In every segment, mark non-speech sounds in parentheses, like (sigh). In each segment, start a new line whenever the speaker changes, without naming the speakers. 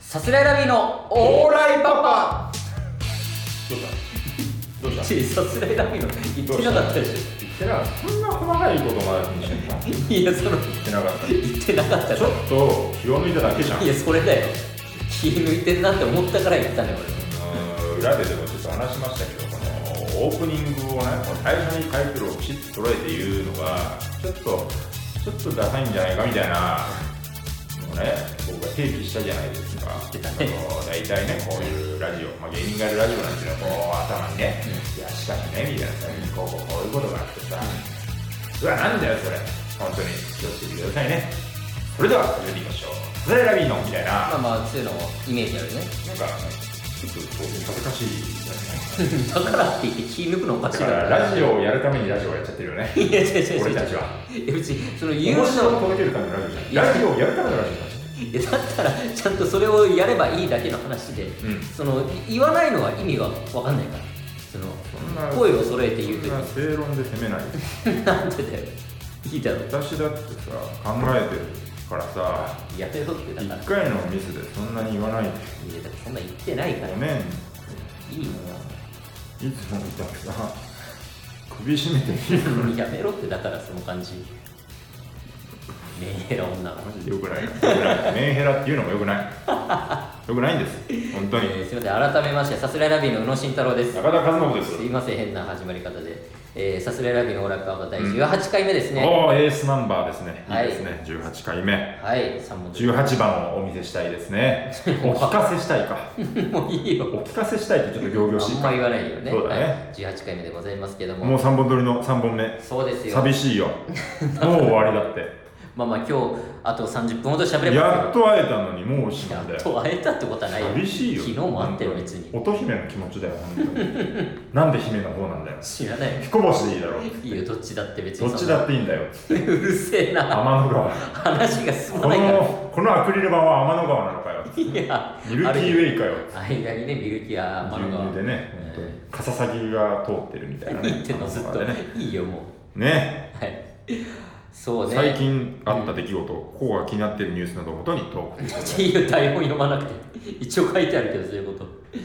さすらいラビーのオーライパパ
どうしたどうした
ちさすらいラビーの言ってなかったでし
言ってなかったそんな細かいことまで言ってなかっ
ょいやその
たち
言ってなかったじ
ょ
ゃ
っと気を抜いただけじゃん
んいやそれだよ気抜いてんなって思ったから言ったね
うーん裏ででもちょっと話しましたけどこのオープニングをねこの最初にタイトルをきちっと捉えて言うのがちょっとちょっとダサいんじゃないかみたいなのをね僕が提起したじゃないですか
言ってたね
あの大体ねこういうラジオ、まあ、芸人がやるラジオなんていうのはこう頭にね、いやしかしねみたいなさこうこうこういうことがあってさ、うわなんだよそれ本当に気をつけてくださいねそれでは始めていきましょう「ザ・ラビーの」みたいな、
俺まあまあそういうのもイメージあるね
なんか、ちょっとこう恥ずかしいじゃないで
だからって言って気抜くのおかし
す
い
か。だ
か
からら、ラジオをやるためにラジオをやっちゃってるよ (laughs) ね。
いや違う違う違う
俺たちは。
いや別にその言う
面白を
の
届けるためのラジオじゃん
いや
ラジオをやるためのラジオになっちゃって
いやだったらちゃんとそれをやればいいだけの話で、
ん
その言わないのは意味は分かんないからその (laughs)
そんな
声を揃えて言うとき
る。正論で責めない。
なんでだよいいだろ
私だってさ、考えてるからさ、
やめろってだから
一回のミスでそんなに言わないで。
いやだってそんな言ってないから
ご
い
めん。い
い
つもみたいなさ、首絞めてみる。
のよやめろってだからその感じねえ女が
マジでよくない。よくないメンヘラっていうのもよくない。よくないんです。本当に。
えーすいません改めましてさすらいラビーの宇野慎太郎です
中田和信です。
すいません変な始まり方で、えー、さすらいラビーのオーライパーが第18回目ですね、
おおエースナンバーですね。
はい
いいですね。18回目。
はい3問
18番をお見せしたいで
(laughs)
すね。お聞かせしたいか。
もういいよ
お聞かせしたいってちょっと行々しい
あん
か
ま。 (laughs) 言わないよね
そうだね
はい、18回目でございますけども
もう3本撮りの3本目。
そうですよ (laughs)
寂しいよ。もう終わりだって。
まあまあ今日あと30分ほど喋れば
やっと会えたのにもうおしまい
や
だ
っ
よ。
と会えたってことはないよ
寂しいよ。
昨日も会ってる
本当
別に
乙姫の気持ちだよ、本当
(laughs)
に。なんで姫の方なんだよ。
知らないよ
彦星でいいだろ。
いいよどっちだって別に
どっち
そんな
だっていいんだよ。
(laughs) うるせえな
天
(laughs)
の川。
話が進ま
こ
ないから
の、このアクリル板は天の川なのかよ。
いや
ミルキーウェイかよ。
あれ間にねミルキーやマ
牛
ル
乳でね、本当にカササギが通ってるみたいな
(laughs)
ね。
言ってんのずっと、
ね
いいよもう
ね
はいそうね
最近あった出来事、ここが気になってるニュースなどをもとにトー
いいよ台本読まなくて一応書いてあるけどそういうこと
ク。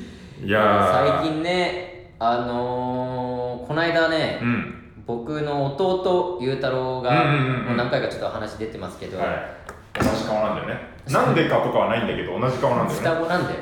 いやー、
最近ねあのー、この間ね、
うん、
僕の弟裕太郎が、
うんうんうんうん
もう何回かちょっと話出てますけど、
はい。同じ顔なんだよね。なんでかとかはないんだけど、同じ顔なんだよね
双。子なんだよ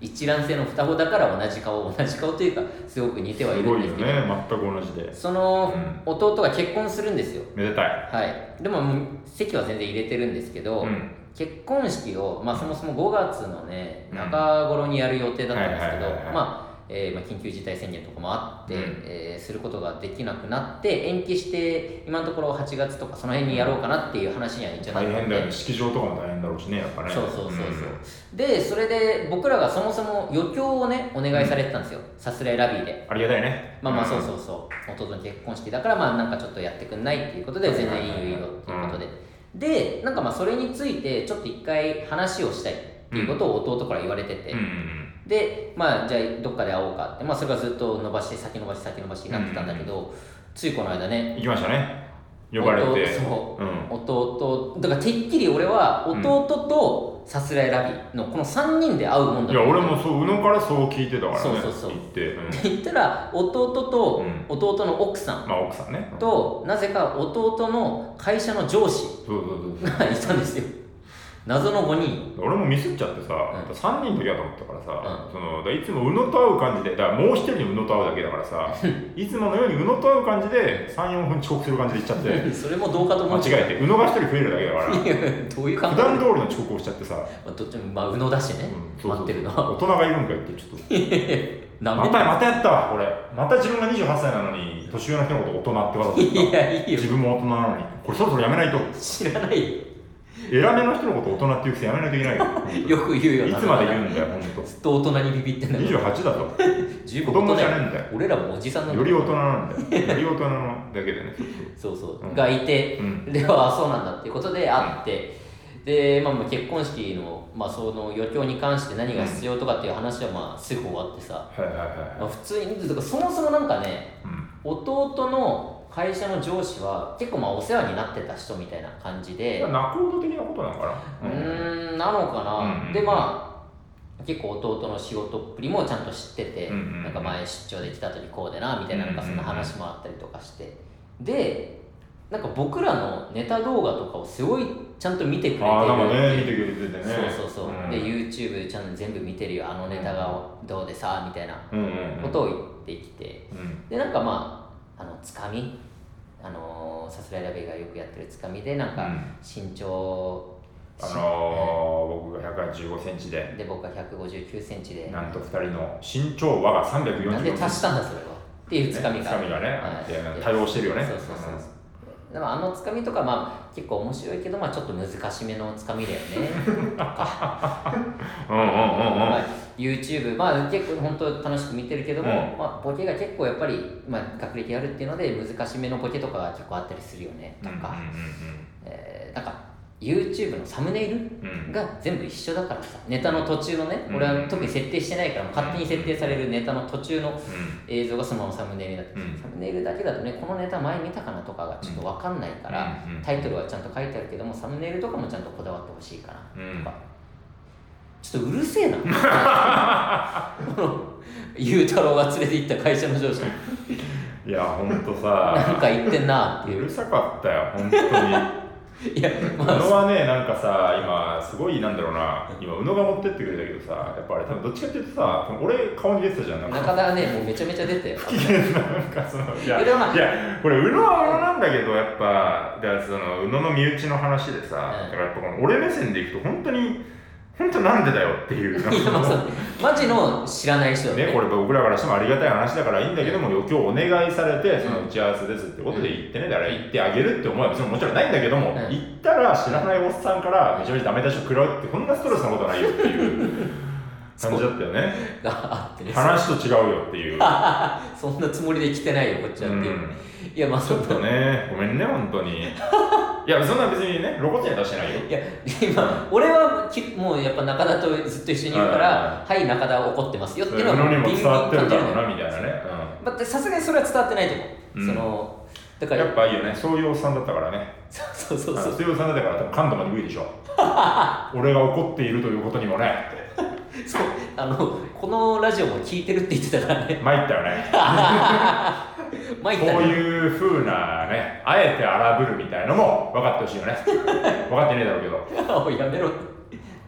一卵性の双子だから同じ顔同じ顔というかすごく似てはい
す
る
ご
ん
い
で
よ
すけど、
ね、全く同じで。
その
うん
弟が結婚するんですよ
めでたい。
はいでももう席は全然入れてるんですけど、
うん
結婚式を、まあ、そもそも5月のね
うん
中頃にやる予定だったんですけ
はいはいはいは
どま
い
あえーまあ緊急事態宣言とかもあって、
うん
えーすることができなくなって延期して今のところ8月とかその辺にやろうかなっていう話にはいっちゃった
大
ので
変だよね、式場とかも大変だろうしね、やっぱね。
そうそうそうそう、でそれで僕らがそもそも余興をねお願いされてたんですよさすらいラビーで
んありがたいね。
まあまあそう
う
そうそう、弟の結婚式だからまあなんかちょっとやってくんないっていうことで全然いいよいいよっていうことで、でなんかまあそれについてちょっと一回話をしたいっていうことを弟から言われてて、
ん。うんうん
でまあじゃあどっかで会おうかってまあそれがずっと伸ばして先延ばし先延ばしになってたんだけど、ついこの間
うん。
ね
行きましたね。呼ばれて。
弟そう、
うん
弟だからてっきり俺は弟とさすらいラビーのこの3人で会うもんだ
いや、俺もそう、宇野からそう聞いてたからね。
そうそうそう
行
(laughs)
って。う
っ
ん
て言ったら弟と弟の奥さん、
まあ奥さんね。うん
となぜか弟の会社の上司
そうそうそう
がいたんですよ謎の5人
俺もミスっちゃってさ、
う
3人の時だと思ったからさ、そのだからいつも宇野と会う感じでだからもう一人に宇野と会うだけだからさいつものように宇野と会う感じで34分遅刻する感じで行っちゃって
それもどうかと思
間
って
違えて宇野が一人増えるだけだから
て (laughs) どういう考
普
え
段通りの遅刻をしちゃってさ、
まあどっちもまあ宇野だしね、
うんそうそう
待ってるの
大
は
人がいるんか言ってちょっと
な
ま
めた
たまたやったわ俺また自分が28歳なのに年上の人のこと大人ってわざと言
(laughs)
っ
い
た
やいいよ
自分も大人なのにこれそろそろやめないと
知らないよ
偉めの人のこと大人って言うくせやめないといけないよ
(laughs) よく言うよ
い
な
つまで言うんだよほんと
ずっと大人にビビってんだから
28だぞ
十
子
分
供
大
じ
人
ゃねえんだよ
俺らもおじさんなん
よ
だ
り大人なんだよ。より大人のだけでね。
そうそう、
うん
がいて、
うん
ではそうなんだっていうことであって、で、まあ、まあ結婚式の,、まあその余興に関して何が必要とかっていう話はまあすぐ終わってさ、
はいはい
まあ、
は
普通にだからそもそもなんかね
い。うん。
弟の会社の上司は結構まあお世話になってた人みたいな感じで
仲人的なことなのか
う
な。うん。
ーんなのかな、
うん
でまあ結構弟の仕事っぷりもちゃんと知ってて、
うんうんうん
なんか前出張で来た時こうでなみたいななんかそんな話もあったりとかして、でなんか僕らのネタ動画とかをすごいちゃんと見てくれてる
ああなんかね見てくれててね
そうそうそう、
うん、
で YouTube チャンネル全部見てるよあのネタがどうでさみたいな
うんうんうん
ことを言ってきて
うん
でなんかまああのつかみあのーさすらいラベがよくやってるつかみでなんか
うん
身長、
あのー、僕が185センチで
で僕が1 5 9センチで
なんと二人の身長和が345
なん
セ
で
ンチ
足したんだそれはっていうつかみが、
ねつかみがねあってなんか対応してるよね
そうそうそうでもあのつかみとかまあ結構面白いけどまあちょっと難しめのつかみだ
(laughs)
よね
うんうんうんうん
まあ YouTube まあ結構本当楽しく見てるけども、
うん
まあ、ボケが結構やっぱり、まあ、学歴あるっていうので難しめのボケとかが結構あったりするよねとか、えーなんか YouTube のサムネイル
うんうんうん
が全部一緒だからさネタの途中のね、
うん
俺は特に設定してないから勝手に設定されるネタの途中の映像がそのままサムネイルだって、
うん
サムネイルだけだとねこのネタ前見たかなとかがちょっと分かんないから、
うんうん
タイトルはちゃんと書いてあるけどもサムネイルとかもちゃんとこだわってほしいか
う
な、
んうん
とかちょっとうるせえな
(laughs)
このゆうたろうが連れて行った会社の上司
いやほん
な
と
ん
さ
か言ってんなって
う
いう
るさかったよ本当に
いや
宇 (laughs)
まあ
野はねなんかさ今すごいなんだろうな今宇野が持ってってくれたけどさやっぱあれ多分どっちかっていうとさ俺顔に出てたじゃんなんか
中田はねもうめちゃめちゃ出てよ
なんかそのいや
いやでもまあ
いやこれ宇野は宇野なんだけどやっぱだからその宇野の身内の話でさ、
うん
だからやっぱこの俺目線でいくと本当に本当なんでだよっていう
いやまあそうマジの知らない人だ
ね、これ僕らからしてもありがたい話だからいいんだけども、今日お願いされて、その打ち合わせですってことで言ってね、だから行ってあげるって思いは別にもちろんないんだけども、
うん
行ったら知らないおっさんからめちゃめちゃダメ出しを食らうって、こんなストレスなことはないよっていう感じだったよね。
があってね
話と違うよっていう。
そんなつもりで来てないよこっちはっていう、
うん
いやまあ
ちょっとね、ごめんね、本当に。いや、そんな別にね、露骨には出してないよ。
いや今俺はきもうやっぱ中田とずっと一緒にいるから「はい中田怒ってますよ」っていうのは
のにも
ビンビン
伝わってるだろう
感
な、みたいなね。
じるだってさすがにそれは伝わってないと思う、
うん
そのだ
う
か
ん、
ら
やっぱいいよね、そういうおっさんだったからね。
(laughs) そうそうそう
あ
そ
の
う
強さんだから多分感度が鈍いでし
(laughs)
ょ俺が怒っているということにもね
そうあのこのラジオも聞いてるって言ってたからね
参ったよね
参っ
こ
た
う
ね (laughs)
いう風なねあえて荒ぶるみたいのも分かってほ
(laughs)
しいよね分かってねえだろうけど
おいやめろ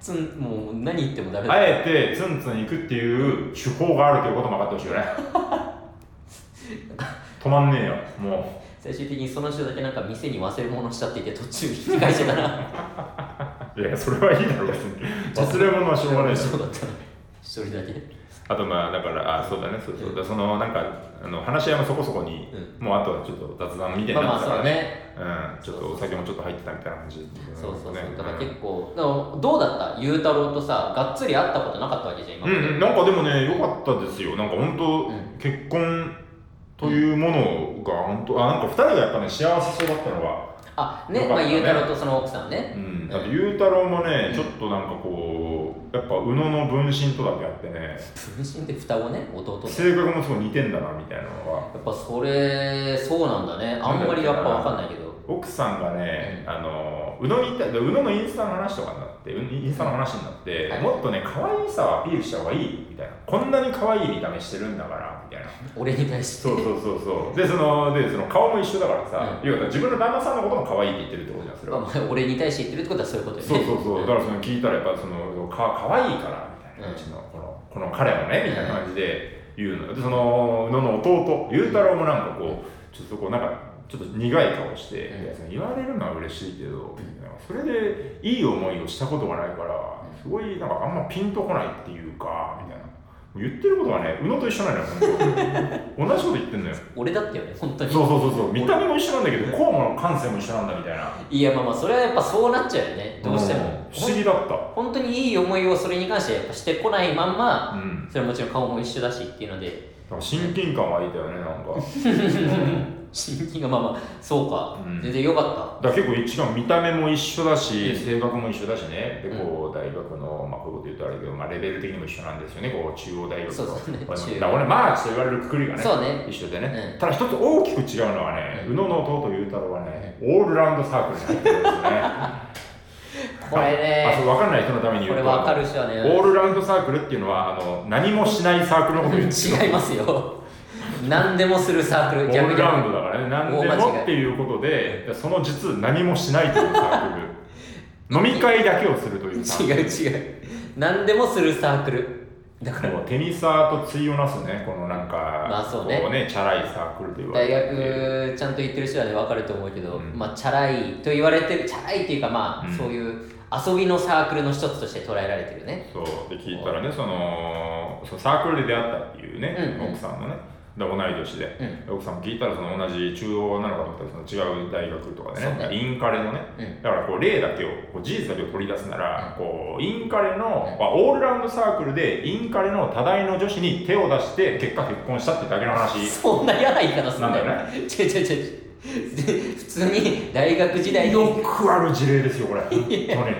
つんもう何言ってもダメだ
あえてツンツン行くっていう手法があるということも分かってほしいよね止まんねえよも
最終的にその人だけなんか店に忘れ物したって言って途中引き返してたら
ういやそれはいいだろ別に忘れ物はしょうがないし
そうだったの一人だけ
あとまあだからあそうだねそうそうだそのなんかあの話し合いもそこそこに、もうあとはちょっと雑談みたいになってたからね,、うん、ちょっとお酒もちょっと入ってたみたいな感じ、
そうそうそう、
ね
だから結構だからどうだったゆうたろうとさがっつり会ったことなかったわけじゃん今
う
まで、
ん、うん、なんかでもね良かったですよなんか本当、
うん
結婚というものが本当あなんか2人がやっぱね幸せそうだったのが、
あね
よか
ま
っ
あ
たね
ゆうたろうとその奥さんね
うん、だって雄太郎もね、ちょっとなんかこうやっぱ宇野の分身とだけあってね
分身で双子ね弟ね
性格もすごい似てんだなみたいなのが
やっぱそれそうなんだねあんまりやっぱわかんないけど
奥さんがね、
うん
あの宇野にいた宇野のインスタの話とかになってうんインスタの話になって、
はい
もっとね可愛いさをアピールした方がいいみたいなこんなに可愛い見た目してるんだからみたいな
俺に対して
そうそうそうそうでそのでその顔も一緒だからさ、要は自分の旦那さんのことも可愛いって言ってるってことじゃんそれ
まあ
は、
まあ俺に対して言ってるってことはそういうことよ
そう
ね
そうそうだ
ん
からその聞いたらやっぱそのか可愛いからみたいな
うん
うちのこのこの彼もねみたいな感じで言うのよでその宇野の弟雄太郎もなんかこうちょっとこうなんかちょっと苦い顔して、
うん
いやその言われるのは嬉しいけど、なんかそれでいい思いをしたことがないからすごいなんかあんまピンとこないっていうかみたいな言ってることはね宇野と一緒なのよ本当同じこと言ってんのよ
俺だったよね本当に
そうそうそうそう見た目も一緒なんだけどこうも感性も一緒なんだみたいない
やまあまあそれはやっぱそうなっちゃうよねどうしても、
ん不思議だった
本当にいい思いをそれに関してやっぱしてこないまんま、
うん
それはもちろん顔も一緒だしっていうので
なんか親近感湧いたよねなんか
親近がまあまあそうか、
うん
全然よか
だから結構一番見た目も一緒だし、
うん
性格も一緒だしねでこう大学の、まあ、こういうこと言うとあれだけど、まあ、レベル的にも一緒なんですよねこう中央大学の
そうそうね
俺も
中央
だから俺マーチと言われるくくりがね
そうね
一緒でね、
うん
ただ一つ大きく違うのはね、
うん (laughs)
宇野の弟裕太郎はねオールラウンドサークルに入ってるんですよね
ったこれ
あそう
ね
分かんない人のために
こ
言う
れ
と
分かる人はね
オールラウンドサークルっていうのはあの何もしないサークルのことを言うんですよ
違いますよ何でもするサーク
オ
ル
ー
逆
ル
じゃ
ラ
な
ウンドだからね何
大
で
間違い
もっていうことでその実何もしないというサー
(laughs)
クル飲み会だけをするというサーク
違う違う何でもするサークルだか
ル
ら
もうテニサーと対をなすねこのなんか、
まあそうね
こうねチャラいサークルというわれ
大
て
学ちゃんと行ってる人はね分かると思うけど、
うん
まあチャラいと言われてるチャラいっていうかまあ、
うん
そういう遊びのサークルの一つとして捉えられてるね
そうで聞いたらねそのそうサークルで出会ったっていうね、
うんうん
奥さんのねで同い年で、
うん
奥さんも聞いたらその同じ中央なのかと思ったらその違う大学とかで
そう
ね
ね
インカレのね、
うん
だからこう例だけをこう事実だけを取り出すなら、こうインカレの、まあ、オールラウンドサークルでインカレの多大の女子に手を出して結果結婚したってだけの話
そんな嫌な言い方すんだよ
なん
ね違う違う違うで普通に大学時代
よ
に
くある事例ですよこ (laughs) れ本当に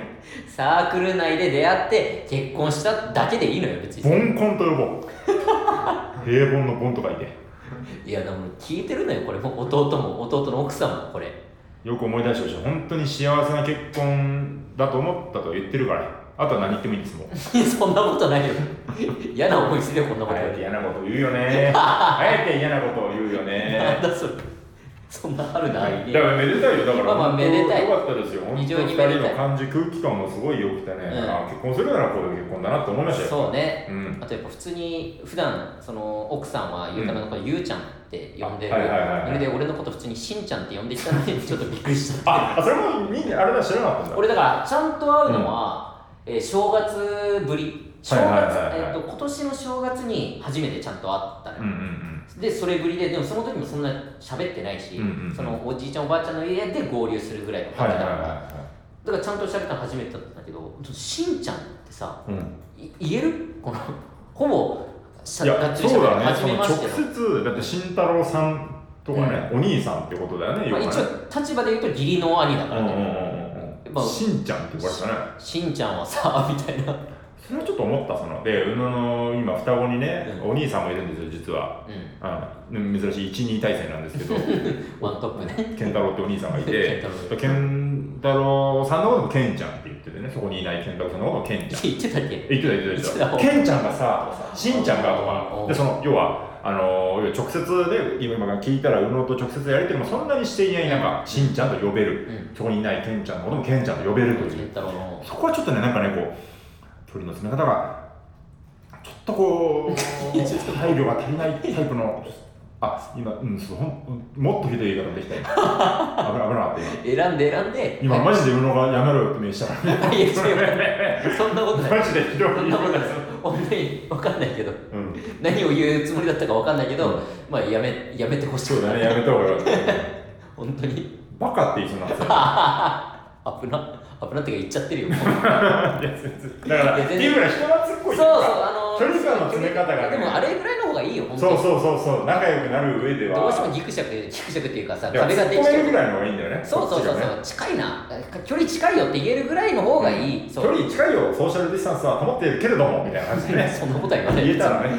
サークル内で出会って結婚しただけでいいのよ別に
盆婚と呼ぼう平凡の盆とかいて
いやでも聞いてるのよこれもう弟も弟の奥さんもこれ (laughs)
よく思い出してほしい本当に幸せな結婚だと思ったと言ってるからあとは何言ってもいいんですもん
そんなことないよ。 (laughs) 嫌な思いするよ、こんなこと
あえて
よ。
嫌なこと言うよ (laughs) ねあえて嫌なことを言うよね
なんだそれ。そんなあるな、アイデ
だ
ア
からめでたいよだから、
まあまあ
本当
めでたい
よかったですよ本
非
当に
常に
2
めでたい
人の感じ空気感もすごいよくてね、
うん
あ結婚するならこういう結婚だなって思いましたよ
そうね。
うん
あとやっぱ普通に普段その奥さんはゆうためのことゆうちゃんって呼んでる、
あはいはいはいはい
それで俺のこと普通にしんちゃんって呼んできたのにちょっとびっくりした
ああそれもみんなあれだ知らなかったんだ
俺だからちゃんと会うのは、えー正月ぶり正月、
はいはいはいはい
えっと今年の正月に初めてちゃんと会ったのよ、
うんうん
でそれぶりででもその時もそんな喋ってないし、
うんうんうん
そのおじいちゃんおばあちゃんの家で合流するぐらいの
うんは
感
い
じ
は
だ
い
から、
は
だからちゃんと喋ったの初めてだったんだけどしんちゃんってさ
いはい、うん
い言えるこの (laughs) ほぼしゃ
い
が
や
っつり
そう
喋る
だね
初
そ
め
の
ま
直
しての、
接だって慎太郎さんとかね、お兄さんってことだよね
まあ、
要は
一
ね
応立場で言うと義理の兄だからね、
うんうんうん
ま
う
あ
んしんちゃんって呼ばれたね
しんちゃんはさみたいな、
それはちょっと思ったそので宇野の今双子にね、
うん
お兄さんもいるんですよ実は、
うん、
うん、珍しい12体制なんですけ
(laughs)
ど
ワントップね
健太郎ってお兄さんがい
健
て
太郎
健太郎さんのことも健ちゃんって言っててねそこにいない健太郎さんのことも健ち
(laughs)
ゃん
言ってたっけ
言ってた言ってた言ってた
言
健ちゃんがさとかさしんちゃんがと
お
か
う
でその要はあの要は直接で今今聞いたら宇野と直接やりてりもそんなにしていない中しんちゃんと呼べる
うん
そこにいない健ちゃんのことも健ちゃんと呼べるという
健太郎の
そこはちょっとね、なんかね、こう、距離の詰め方が、ちょっとこう、配慮が足りないタイプの、あ、今、うん、そうほんもっとひどい言い方できたよ。危な危なかった今。
選んで選んで
今、
はい
マジで宇野がやめろよって目したから (laughs) ね。
(laughs) いや違うそんなことない
マジでひどい
そ
言
ん
い
なこ
方
とない
する。
本当に分かんないけど
うん、
何を言うつもりだったか分かんないけど、
うん
まあやめやめてほしい
そうだね、やめた方がよかった。
本当に
バカって言いそうになってたよ。
危な危なってか言っちゃって
(laughs)
るよもう
いや全然だから、っていうぐらい人懐っ
そ
こ
う
い
そうあの
距離感の詰め方がね
でもあれぐらいの方がいいよ本当
そう
に
そうそうそう、仲良くなる上では。
どうしてもギクシャクギクシャクっていうかさ
いや
壁ができ
突
ち
っ込めるぐ
ゃう
らいの方がいいんだよね。
そうそうそう
こっち
そ
がね
う近いな距離近いよって言えるぐらいの方がいい、
距
そう
離近いよ、ソーシャルディスタンスは保っているけれども、みたいな感じでね、
(laughs) そんなことは言わない
言えたらね、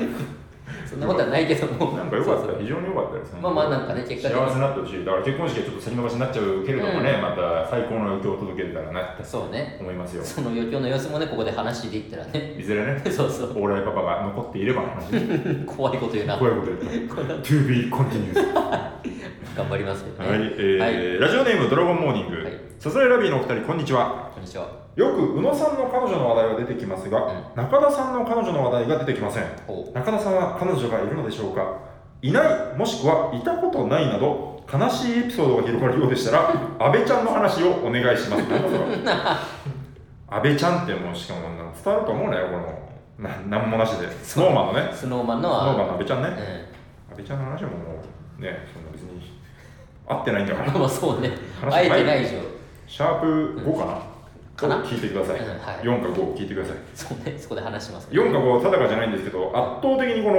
そんなことはないけども
なんか良かった
そう
よ、
そう
非常に良かったです。
まあまあなんかね結果的に
幸せになってほしい、だから結婚式はちょっと先延ばしになっちゃうけれどもね、また最高の影響を届けれたらなって
そうね
思いますよ。
その余興の様子もねここで話で言ったらね (laughs)
いずれね、
そうそう
オーライパパが残っていればの話ね、
怖いこと言うな
こういう (laughs) こと言ったら、to be continued。
頑張りますけどね
はい、えーラジオネーム、ドラゴンモーニン
はい
グ、サザエラビーのお二人、こんにちは。
こんにちは
よく宇野さんの彼女の話題は出てきますが、
う
中田さんの彼女の話題が出てきません
ほう
中田さんは彼女がいるのでしょうかいないもしくはいたことないなど悲しいエピソードが広がるようでした (laughs) ら安倍ちゃんの話をお願いし (laughs) ます安倍ちゃんってもうしかもなんか伝わると思うねこのななんもなしでスノーマンのね
スノーマンの
スノーマ
は
ンの安倍ちゃんね
う
安倍ちゃんの話ももうねそんな別に合ってないんだか
ん、
ら
まあそうね
話
会えてない以上
シャープ5かな、
かな
を聞いてください、
うんはい
4か5を聞いてください
そうねそこで話します
4か5定かじゃないんですけど圧倒的にこの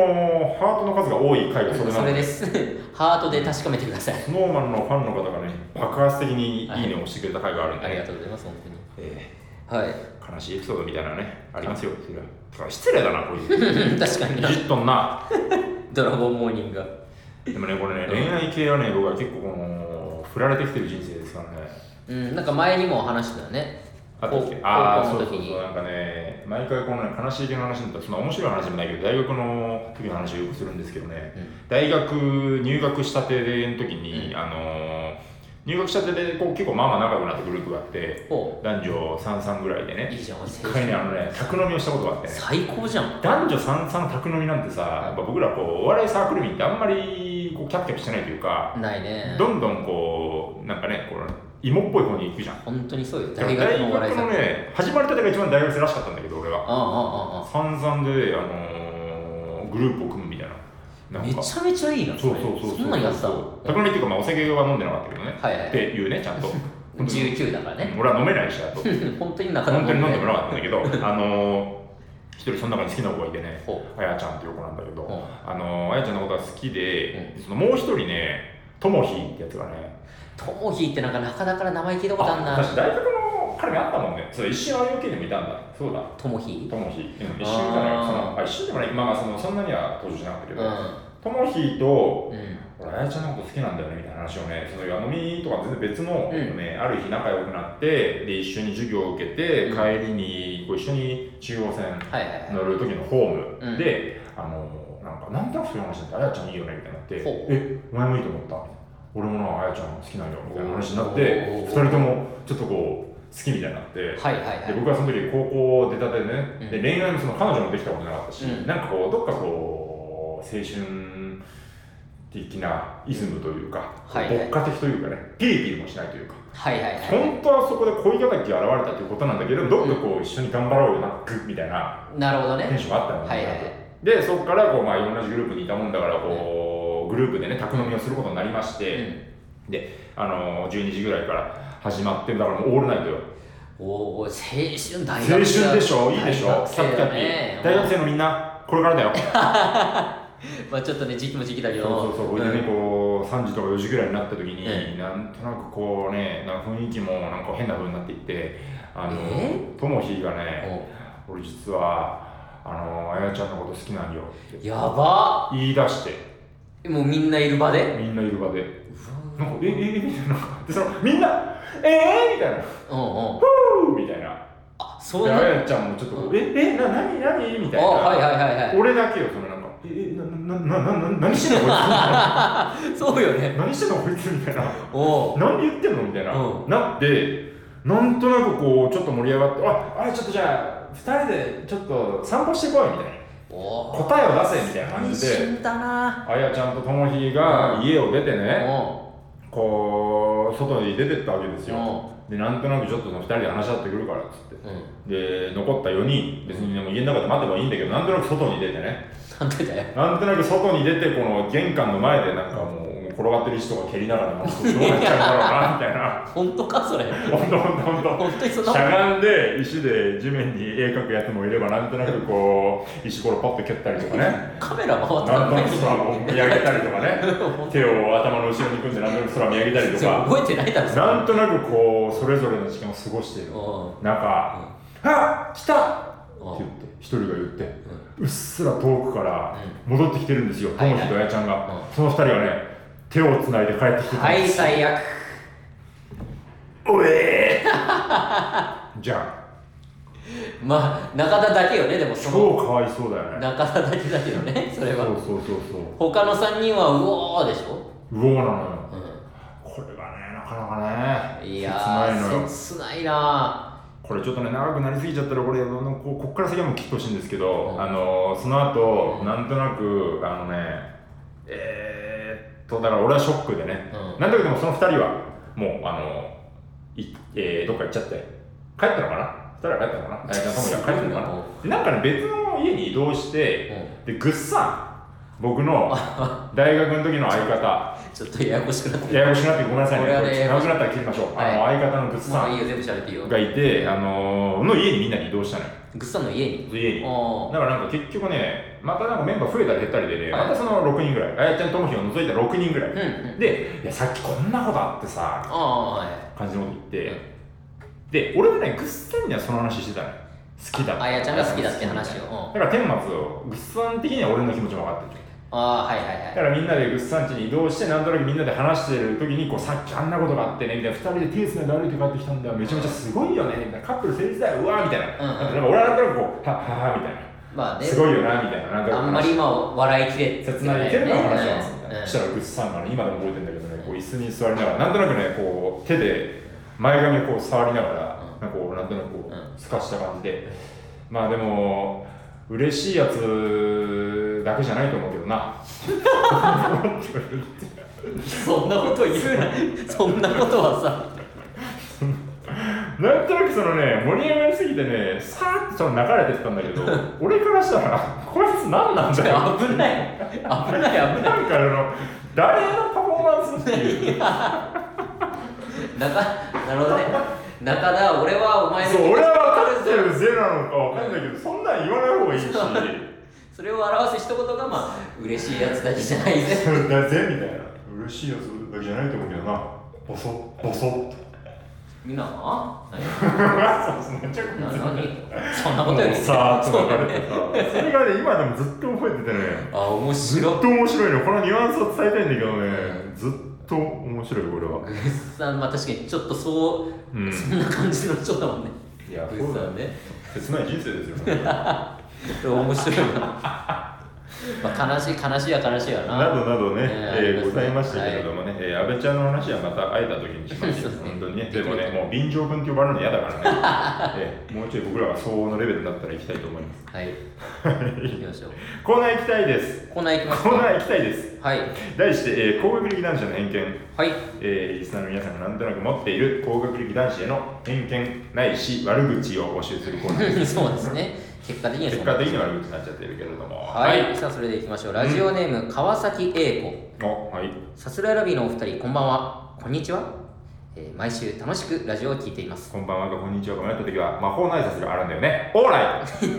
ハートの数が多い回がそれな
そ
ん
れ
で
です (laughs) ハートで確かめてください
スノーマンのファンの方がね爆発的にいいねを押してくれた回があるんで、
あ
ね
りがとうございます本
え
当にはい
ー悲しいエピソードみたいなのねありますよそれはだから失礼だなこうい
(clears throat)
う
確かに
い
な
じっとんな
ドラゴンモーニングが
でもねこれね恋愛系はね僕は結構この振られてきてる人生ですからね
うんなんか前にも話してたよね
あってきて
高
ああ
高
そ
校
う
の
そ
時
う
に
そうなんかね毎回このね悲しい系の話だとそんな面白い話でもないけど大学の時の話をよくするんですけどね大学入学したての時に、
うん
あのー入学したてでこう結構まあまあ仲良くなったグループがあって
ほ
男女33ぐらいで
うい
ね
いじゃん
一回ねあのね宅飲みをしたことがあってね
最高じゃん
男女三々宅飲みなんてさやっぱ僕らこうお笑いサークル民ってあんまりこうキャピキャピしてないというか
ないね
どんどんこうなんかねこう芋っぽい方に行くじゃん
本当にそうよ
でも
大学のお笑い
大
さん
学のね始まりたてが一番大学生らしかったんだけど俺は
あああああ
散々で、あのーグループを組むみたいな
あ
なん
め
か
ちゃめちゃいいな
そう
れ
そうそう
そんなんやってた
そう
の
宅飲みっていうか、まあ、お酒は飲んでなかったけどね
はいはい
っ
はい
ていうねちゃんと本当に
19だからね
俺は飲めないしあと
(laughs) 本当になかな
本
か
当に飲んでもなかったんだけどあのー一人その中に好きな子がいてね
ほ
あやちゃんっていう子なんだけど、
うほう
あのーあやちゃんのことが好きで、そのもう一人ねともひってやつがね
トモヒーってなんか中だから名前聞いたことあん
あ
な
私大学の彼に会ったもんねそう一瞬ああいう系にもいたんだそうだ
トモヒ
ともひ、うん、一瞬じゃない
あー
そのあ一瞬でもない、まあ、まあそのそんなには登場しなかったけ
ー
ど
う、
ともひと、
んうん
俺、あやちゃんのこと好きなんだよねみたいな話をね、その飲みとか全然別の、
うん
ね、ある日仲良くなって、で、一緒に授業を受けて、
うん
帰りに、こう一緒に中央線
はいはいはい
乗る時のホー
うん
ムで、あの、なんか、なんとなくそういう話になって、あやちゃんいいよねみたいになって、
ほう
え、お前もいいと思ったみたいな俺もな、あやちゃん好きなんよみたいな話になって、
おー
二人ともちょっとこう、好きみたいになって、
はいはいはい
で僕はその時高校出たてでね、
うん
で恋愛もその彼女もできたことなかったし、
うん
なんかこうどっかこう青春的なイズムというか、
はい
牧歌的というかねピリピリもしないというか、
はいはいは
本当はそこで恋敵が現れたということなんだけどどっかこう一緒に頑張ろうよなグッみたいない
なるほど
テン
ね
ションがあったの
はいはいはい
でそこからこう、まあ、同じグループにいたもんだからこう、グループでね宅飲みをすることになりまし
う
て、
ん
あの12時ぐらいから始まってだからもうオールナイトよ
おお青春大
青
学生
春でしょいいでし
大
ょ
学
キャ
生
ピキ
だ
ャピ
ね
大学生のみんなこれからだよ
まあちょっとね時期も時期だけ
そう
ど
そうそうこれでね
ん
こう3時とか4時ぐらいになった時に、
え
なんとなくこうねなんか雰囲気もなんか変な風になっていってあの
え
ともひがね
お
俺実はあのあやちゃんのこと好きなんよって
やば
言い出して
もうみんないる場で
みんないる場で
う
なん
わ
かえええみたいなでそのみんなええみたいな
うんうん
ふうみたいな
あそう
で
な
あ
んだ
やちゃんもちょっとこうええな何何みた
あ
いな
はいはいはいはい
俺だけよ、そのなんか、え、えな、な、な、な、な、何してんのこいつみたいな。
そうよ
(laughs)
ね。
何してんのこいつみたいな。
おう。
何言ってんのみたいな。
う
なって、なんとなくこう、ちょっと盛り上がって、あ、あちょっとじゃあ、二人でちょっと散歩してこいみたいな。
おう。
答えを出せみたいな感じで、
だな。
あやちゃんとともひが家を出てね、
お
こう、外に出てったわけです
う
よ。で、なんとなくちょっとその二人で話し合ってくるからっつって。
う。うん。
で、残った4人、別にでも家の中で待てばいいんだけど、なんとなく外に出てね。
なんでだよ。
なんとなく外に出て、この玄関の前で、なんかもう、転がってる人が蹴りながら、なんかどうなっちゃうんだろうな、
本当かそれ。
みたいな。ほんとほんとほんと。
本当にそん
し
な。
ゃがんで、石で地面に絵描くやつもいれば、なんとなくこう、石ころパッと蹴ったりとかね。
カメラ回った
なん
ん
とな
だ
く空を見上げたりとかね。手を頭の後ろに組んで、なんとなく空見上げたりとか。
覚えてないだろ。
なんとなくこう、それぞれの時間を過ごしている。
おう。
中、あ来た
お
っ
う
て言って一人が言って、うっすら遠くから
う
戻ってきてるんですよ、
は
と
い
も
はい
ひとあやちゃんが、
う
その二人がね手をつないで帰ってきてた
はい、最悪。
おえ
(laughs)
ー (laughs) じゃあ
まあ、中田だけよね、でもその。
超かわいそうだよね
中田だけだけどね、それ
そう
は。
そうそう
他の三人は、うおーでしょ。
そううおーなのよ
う
これがねなかなかね
ん。いや
切ないの
ー、
よ
切ないな
これちょっとね長くなりすぎちゃったらこれあのここっから先はもう切ってほしいんですけど、
うん
あのその後、
うん
なんとなくあのねえー、っとだから俺はショックでね、
うん
なんだけどもその2人はもうあのい、えーどっか行っちゃって帰ったのかな2人は帰ったの
(laughs)
かな大学の友達は帰ったのかなでなんかね別の家に移動して
うん
でぐっさん僕
(laughs)
の大学の時の相方
ちょっとややこしくなってき
ややこしくなってごめんなさい
これ
ね
は
こ
ね。
れ長くなったら切りましょう、あの相方のぐったさ
まあい
ん
いよ、全部喋っていいよ。
がいて、あのーの家にみんなで移動したのよ
グッサンの家に。
家に
お
だからなんか結局ねまたなんかメンバー増えたり減ったりでね、
はい
またその6人ぐらいあやちゃんともひを除いた6人ぐらい、
うんうん
でいやさっきこんなことあってさ
あ
感じのこと言って、
うん
で俺はねぐっさんにはその話してたのよ好きだ
あ、あやちゃんが好きだって話
だ
を。
から天末をぐっさん的には俺の気持ちも分かってる
ああーはいはいはい
だからみんなでグッサンチに移動して、なんとなくみんなで話してる時に、こう、さっきあんなことがあってね、みたいな、二人で手繋いで歩いて帰ってきたんだよ、めちゃめちゃすごいよね、みたいな、カップル成立だよ、うわーみたいな。
うん
なんか俺はなんとなくこう、はっはっは、みたいな。
まあね
すごいよな、みたいな。なんとなく
あんまり今は笑いきれ
切ないけれども話しますみたい
う
な、
ん
そしたらグッズさんがね今でも覚えてんだけどねこう椅子に座りながらなんとなくねこう手で前髪をこう触りながら、なんかこうなんとなくこ
う
うすかした感じでまあでも嬉しいやつだけじゃないと思うけどな
そんなこと言うなそんなことはさ
なんとなくそのね盛り上がりすぎてねさーっとその流れてったんだけ (laughs) ど俺からしたらこいつ何なんだよ
危ない危ない危ない
なんかあの誰のパフォーマンスっていう
中なるほどね中田俺はお前の
そう俺は分かってるぜなのか分かんないけど (laughs) そんなん言わない方がいいしだ
それを表す一言がまあ嬉しいやつだけじゃないぜ
ぜみたいな嬉しいやつだけじゃないと思うけどなボソボソッと
みんなは何
そうですねちょっ
な
と
何そんなことより
さーっ
そう
と
だ
流れ
ね
てさそれがね今でもずっと覚えててね
あ面
ずっと
白い
面白いねこのニュアンスを伝えたいんだけどねずっと面白いよこれは
グッさんまあ確かにちょっとそう、
うん
そんな感じの人だもんね
いや
グッさんね
切ない人生
(laughs)
ですよそれな
面白いなまあ悲しい悲しいは悲しいわな
どなどね、
ね
えーございましたけれど
も、
もね、えー安倍ちゃんの話はまた会えた時にします
そ
よ
うですね
本当にねでもねもう便乗分って呼ばれるの嫌だから
(laughs)
ね、えーもうちょい僕らが相応のレベルになったら行きたいと思います
はい、はい、行きましょう
コーナー行きたいです。
コーナー行きます
コーナ
か
ー行きたいです。
はい
題して、えー、高学歴男子への偏見、
はい (laughs)
えー、リスナーの皆さんがなんとなく持っている高学歴男子への偏見ないし悪口を募集するコーナ
(laughs)
ーです。
そうですね結果的にはそ
結
う
果的に悪口になっちゃってるけれども。
はい、さあそれで行きましょうラジオネーム、川崎英子
お、はい。
さすらいラビーのお二人こんばんはこんにちは、えー毎週楽しくラジオを聞いています
こんばんはかこんにちはか迷った時は魔法の挨拶があるんだよね。オーライ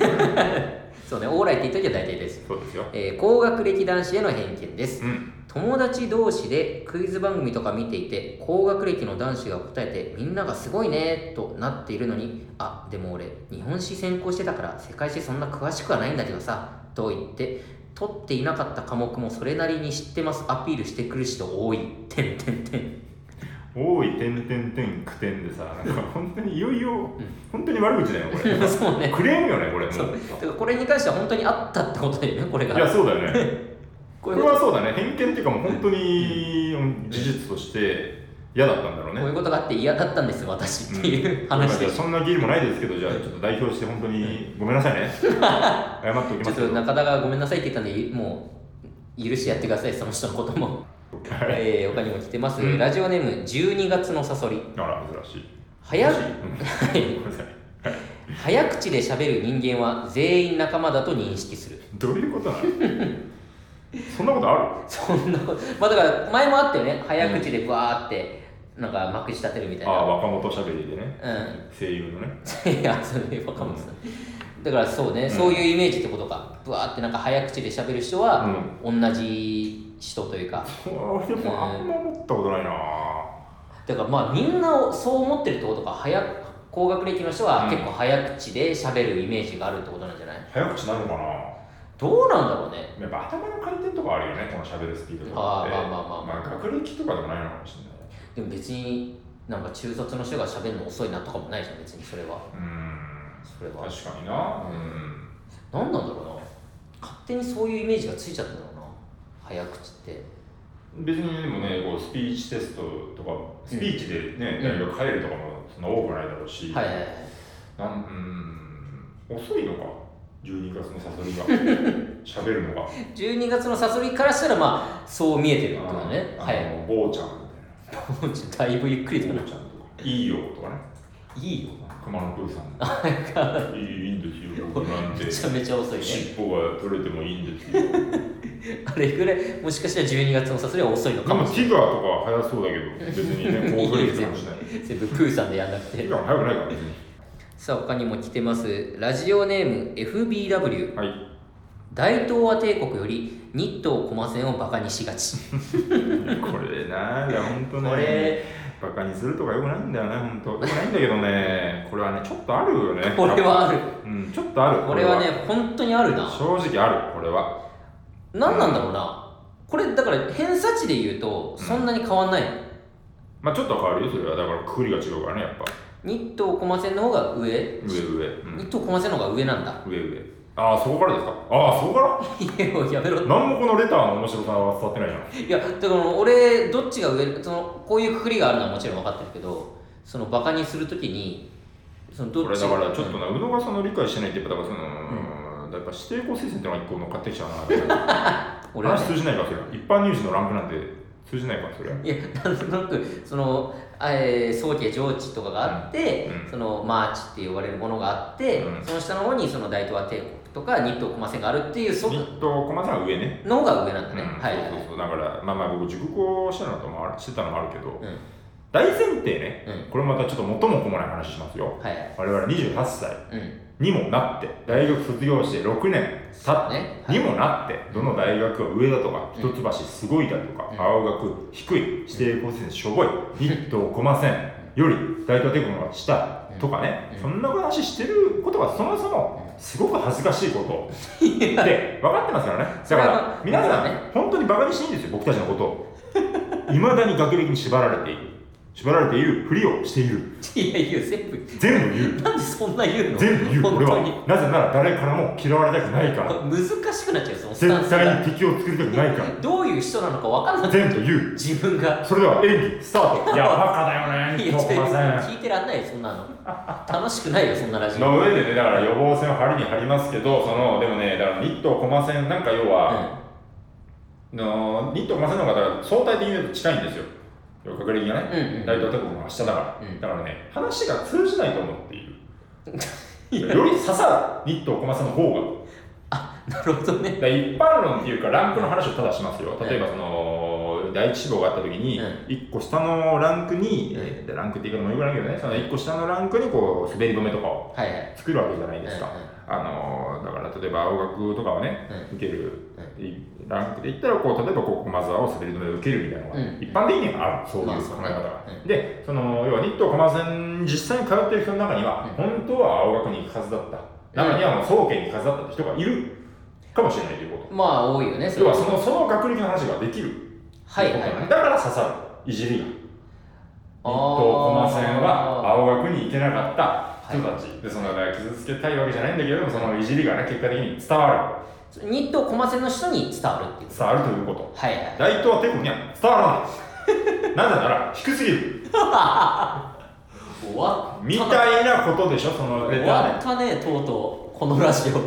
そうねオーライって言った時は大体です、
そうですよ。
えー高学歴男子への偏見です
うん。
友達同士でクイズ番組とか見ていて高学歴の男子が答えてみんながすごいねとなっているのにあでも俺日本史専攻してたから世界史そんな詳しくはないんだけどさと言って取っていなかった科目もそれなりに知ってますアピールしてくる人多いてんてんてん
多い点点点苦点でさ、なんか本当にいよいよ、本当に悪口だよこれ。
(laughs) そうね
クレームよねこれもう
そうだからこれに関しては本当にあったってことだよねこれが
いやそうだよね。
(laughs) こ
こ
うい
れ
うこと
はそうだね偏見っていうかもう本当にうん事実として嫌だったんだろうね
こういうことがあって嫌だったんです私っていう話
うん
で
まあじゃあそんな義理もないですけどじゃあちょっと代表して本当にごめんなさい
(laughs)
ね謝っておき
ちょ
ま
っ
すけ
と
ど
中田がごめんなさいって言ったんでもう許してやってくださいその人のことも、えー他にも来てます、
うん
ラジオネーム12月のサソリ
あら珍しい
早
珍しい
はい
うんごめんなさい
早口で喋る人間は全員仲間だと認識する
どういうことなのそんなことある
そんなことまあだから前もあったよね早口でバーってなんかまくし立てる (laughs) みたい
あ
な
あ若者しゃべりでね
う
声優のね
んいや (laughs) それ若本さんだからそうね、
ん
そういうイメージってことかブワーってなんか早口で喋る人は同じ人というか、
あでもあんま思ったことないな
だからまあみんなそう思ってるってことか早高学歴の人は結構早口で喋るイメージがあるってことなんじゃない、
早口なのかな
どうなんだろうね
やっぱ頭の回転とかあるよねこのしゃべるスピードとか
あ
っ
ーまあ
て
まあまあまあ
まあ学歴とかでもないのかもしれない
でも別になんか中卒の人が喋るの遅いなとかもないじゃん別にそれは
うーん
それは
確かになうん
何なんだろうな勝手にそういうイメージがついちゃったんだろうな早口って
別にでもねこうスピーチテストとかスピーチでね、
うん
大学入るとかもそんな多くないだろうし、
はいはいはい
なんうーん遅いのか12月のサソリ (laughs) が喋るのが
12月のサソリからしたらまあそう見えてるってことね
あの
は
あ
い
の坊ちゃんみた
だいぶゆっくりだ
いな
な
坊ちゃんとかいいよとかね
いいよ
熊野プーさんいいんですよ僕なんて
めちゃめちゃ遅いね
尻尾が取れてもいいんですよ
あれぐらいもしかしたら12月のサソリは遅いの
で
か
も
も
テ
しれ
ィガーとかは早そうだけど別にね興奮率もしない
ない (laughs) 全部プーさんでやんなく
ティ
て
ガーも早くないから別に
さあ他にも来てますラジオネーム FBW
はい
大東亜帝国より日東駒線をバカにしがち
これな、いや、本当
こ
ね
れ、
バカにするとかよくないんだよね、本当。よくないんだけどね、これはね、ちょっとあるよね。
これはある
うん、ちょっとある。
これはね本当にあるな
正直ある、これは。
何なんだろうなこれだから偏差値で言うとそんなに変わんない、
まあちょっと変わるよそれはだから栗が違うからねやっぱ
日東駒線の方が上
上上、うん
日、東駒線の方が上なんだ (laughs)
上上ああそこからですかああそこか
いややめろ
ら何もこのレターの面白さは伝わってないじゃん
いやだから俺どっちが上そのこういうくくりがあるのはもちろん分かってるけどそのバカにするときにそのど
こ
っ
れ
ち
だからちょっ
う
と
ん
な、宇野がその理解してないってやっぱだからその、やっぱ指定校推薦ってのが一個乗っかってきちゃうなって
(laughs) 俺は
話
ね
通じないからそれ一般入試のランクなんて通じないからそれ
いやなんとなくその、えー、宗家上智とかがあって、
うんうん
そのマーチって呼ばれるものがあって、
うん
その下の方にその大東亜帝国とか日東駒線があるっていうそ
ニット駒さんは上ね
の方が上なんだね、
うん
はいはい
そうそうそうだからまあまあ僕塾講してたのともあるしてたのもあるけど、
ん
大前提ね
うん
これまたちょっと元も子もない話しますよ
はいはい
我々28歳
うん
にもなって大学卒業して6年経って
ね
にもなって、どの大学は上だとか、
うん
一橋すごいだとか、
うん
青学低い、指定校選しょぼい、日東駒線より大東帝国の方が下
うん
とかね、
うん
そんな話してることがそもそもすごく恥ずかしいこと
(laughs)
で分かってますからね。
そ
だ
れ
か
は
ら皆さん、
僕らね
本当にバカにしていいんですよ、僕たちのことを。いまだに学歴に縛られている。縛られているふりをしている。
いやいや全部
全部言う。
なんでそんな言うの
全部言う、俺
本当に
は。なぜなら誰からも嫌われたくないから。
難しくなっちゃうそのスタン
絶
ス
対
が
に敵を作りたくないから。
どういう人なのか分からなくなっ
全
ちゃ
部
う
言う。
自分が
それでは演技スタート。いや、バカだよ
い
ね、
や
東駒線。
聞いてらんないよそんなの楽しくないよそんなラジオ
の上でね、だから予防線を針に張りますけど、その、でもね、だから日東駒線なんか要は、の日東駒線の方が相対的に言うと近いんですよ。確率がね。
うんうん
大東帝国の下だから、
うん
だからね、話が通じないと思ってい
(laughs)
る。より刺さる、日東駒線の方が。
なるほどね
だから一般論っていうかランクの話をただしますよ例えばその第一志望があった時に
うん
1個下のランクに、
うん
えーランクっていうかのもよくないけどねその1個下のランクにこう滑り止めとかを
はいはい
作るわけじゃないですか、
うんうん
あのーだから例えば青学とかをね、受ける、ランクで言ったらこう例えばこう駒沢を滑り止めで受けるみたいなのが、
うん
一般的にはあるそういう
まあ
考え方が、
うん
でその要は日東駒線実際に通ってる人の中には、
うん
本当は青学に行くはずだった中にはもう総研に行くはずだったって人がいるかもしれないということ
まあ多いよねそれ
要
は
はそのその学歴の話ができる
はいはい
と
は
いう
い
ことなんだだから刺さるいじりが日
あー
東駒線は青学に行けなかった人たち、でそのだから傷つけたいわけじゃないんだけれどもそのいじりがね結果的に伝わ
日東駒線の人に伝わるってい
る
う
伝わるということ
はいはい
大東帝国には伝わらない
(laughs)
なぜなら低すぎる
終わ
みたいなことでしょその
終
レター
わ
ね
ったねとうとうこのラジオ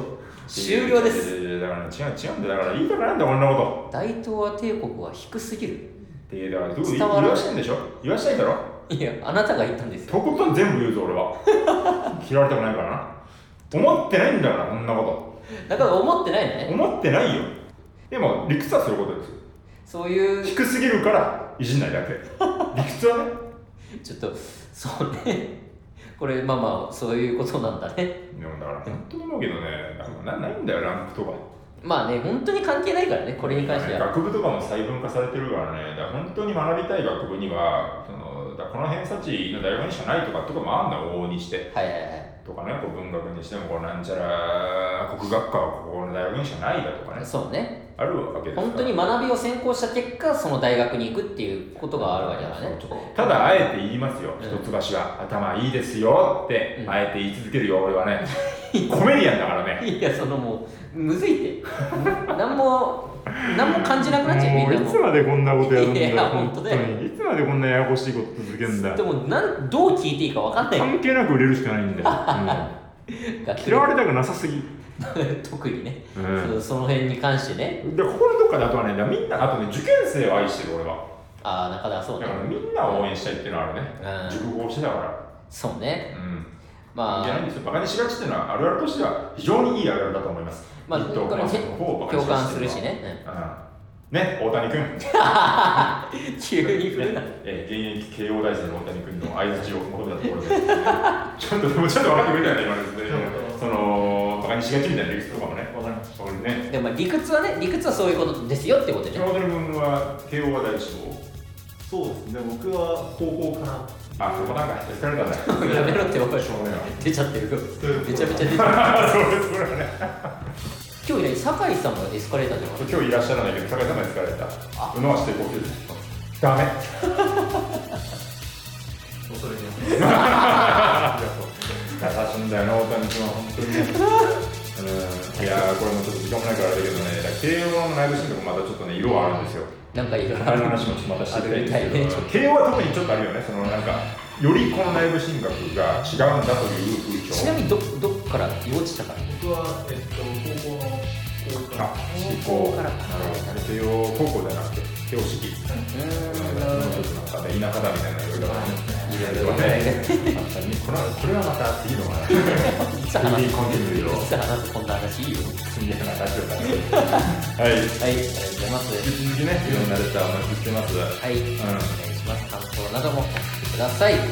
終了です
いやいやいやだから違う違うんだよだから言いたくないんだよ俺のこと
大東亜帝国は低すぎる
でだからどう
伝
言
わらない
わしたいんでしょ言わしたいんだろ
いやあなたが言ったんですよ
とことん全部言うぞ俺は嫌われたくないからな思ってないんだからこんなこ
だから思ってないの
と
ね
思ってないよでも理屈はそういうことです
そういう
低すぎるからいじんな
(laughs)
いだけ理屈はね
ちょっとそうねこれまあまあそういうことなんだね
でもだから本当に思うけどねなないんだよランクとか
まあね本当に関係ないからねこれに関しては
学部とかも細分化されてるからねだから本当に学びたい学部にはそのだからこの偏差値の大学にしかないとかとかもあんだよ往々にして
はいはいはい
とかねこう文学にしてもこうなんちゃら国学科はここの大学にしかないだとかね
そうね
あるわけですから
本当に学びを専攻した結果その大学に行くっていうことがあるわけだからね
ただあえて言いますよ、
うん
一橋は頭いいですよって、
うん
あえて言い続けるよ、俺はね、コメディアンだからね、
いやそのもうむずいって何も何も感じなくなっちゃうみんなも
までこんなこと
やるんだよいや本当だよ本
に、いつまでこんなややこしいこと続けるんだ
でもなんどう聞いていいか分かんない
係なく売れるしかないん
(laughs)
だよ、
楽
れたくなさすぎ、
特にね、
う
そその辺に関してね
で、ここのどっかで、あとはね、だからみんな、あとね、受験生を愛してる、俺は、
ああ中田はそう
だ
ね
からみんなを応援したいっていうのはあるね、
うん
熟語をしてたから、
そうね
うん、
ま
じゃないん
あ
ですよ、バカにしがちっていうのは、あるあるとしては非常にいいあるあるだと思います。
まあ
一等
これも
の方をバカ
共
にしが
感
ち
す
って
る
いうのは
しね、
うんね、大谷君、
うん、急に振るな、
ね (laughs) えー現役慶応大生の大谷君の相槌を求めたところで、 (laughs) ちょっと、でもちょっと笑ってくれたよね、今ですね、その、バカにしがちみたいな理屈とかもね、わかりました。これね、
でもまあ理屈はね理屈はそういうことですよってことじゃん
大谷君は慶応は大志望、
そうですね、僕は高校かな。
あ、そこなんか、疲れたんだ (laughs) よ。
やめろっておい
しょうがないわ
出ちゃってる
ういうこと
めちゃめちゃ出ちゃっ
あそれそれね
今日ね酒井さんもエスカレーターじゃない
今日いらっしゃらないけど、酒井さんが疲れた。
あ
馬はしてこうけど。ダメ。
恐れ入りま
あ
す
りがとう優しいんだよな、大谷君は、本 (laughs) 当にね。うん、いやー、これもちょっと時間もないからあれだけどね、だから慶応のライブシーンとかまたちょっとね、色はあるんですよ。
なんかいろいろ
あの話もちょっとまたしてみたいんで
あ
すけど、慶応は特にちょっとあるよね、そのなんか、よりこのライブ進学が違うんだという風
ちなみ
潮。
にどどっから幼稚だから
僕は、えっと、高校の高校から
あ、思考。
から
なるほど。慶応高校じゃなくて、慶応市立。
うーん
なんかね田舎だみたいな、いろいろあるんですね。
いろいろね
ね、これはこれはまたいいのかな。フリーコンテンツを
実はあなたこんな話いいよ
積み上げな話を考えてはい。引
はいありがとうございます
き続きね、いろんなレターお待ちしてます。は
はい、お願いします感想などもお聞きください
い。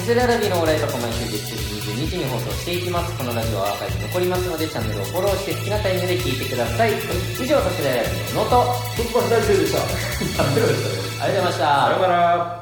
サセララビのオーライとこ毎週月曜日22時に放送していきますこのラジオはアーカイブ残りますのでチャンネルをフォローして好きなタイミングで聞いてください以上サセララビのノート
僕は大丈夫でし
あ
た。
りがとうございました
さようなら。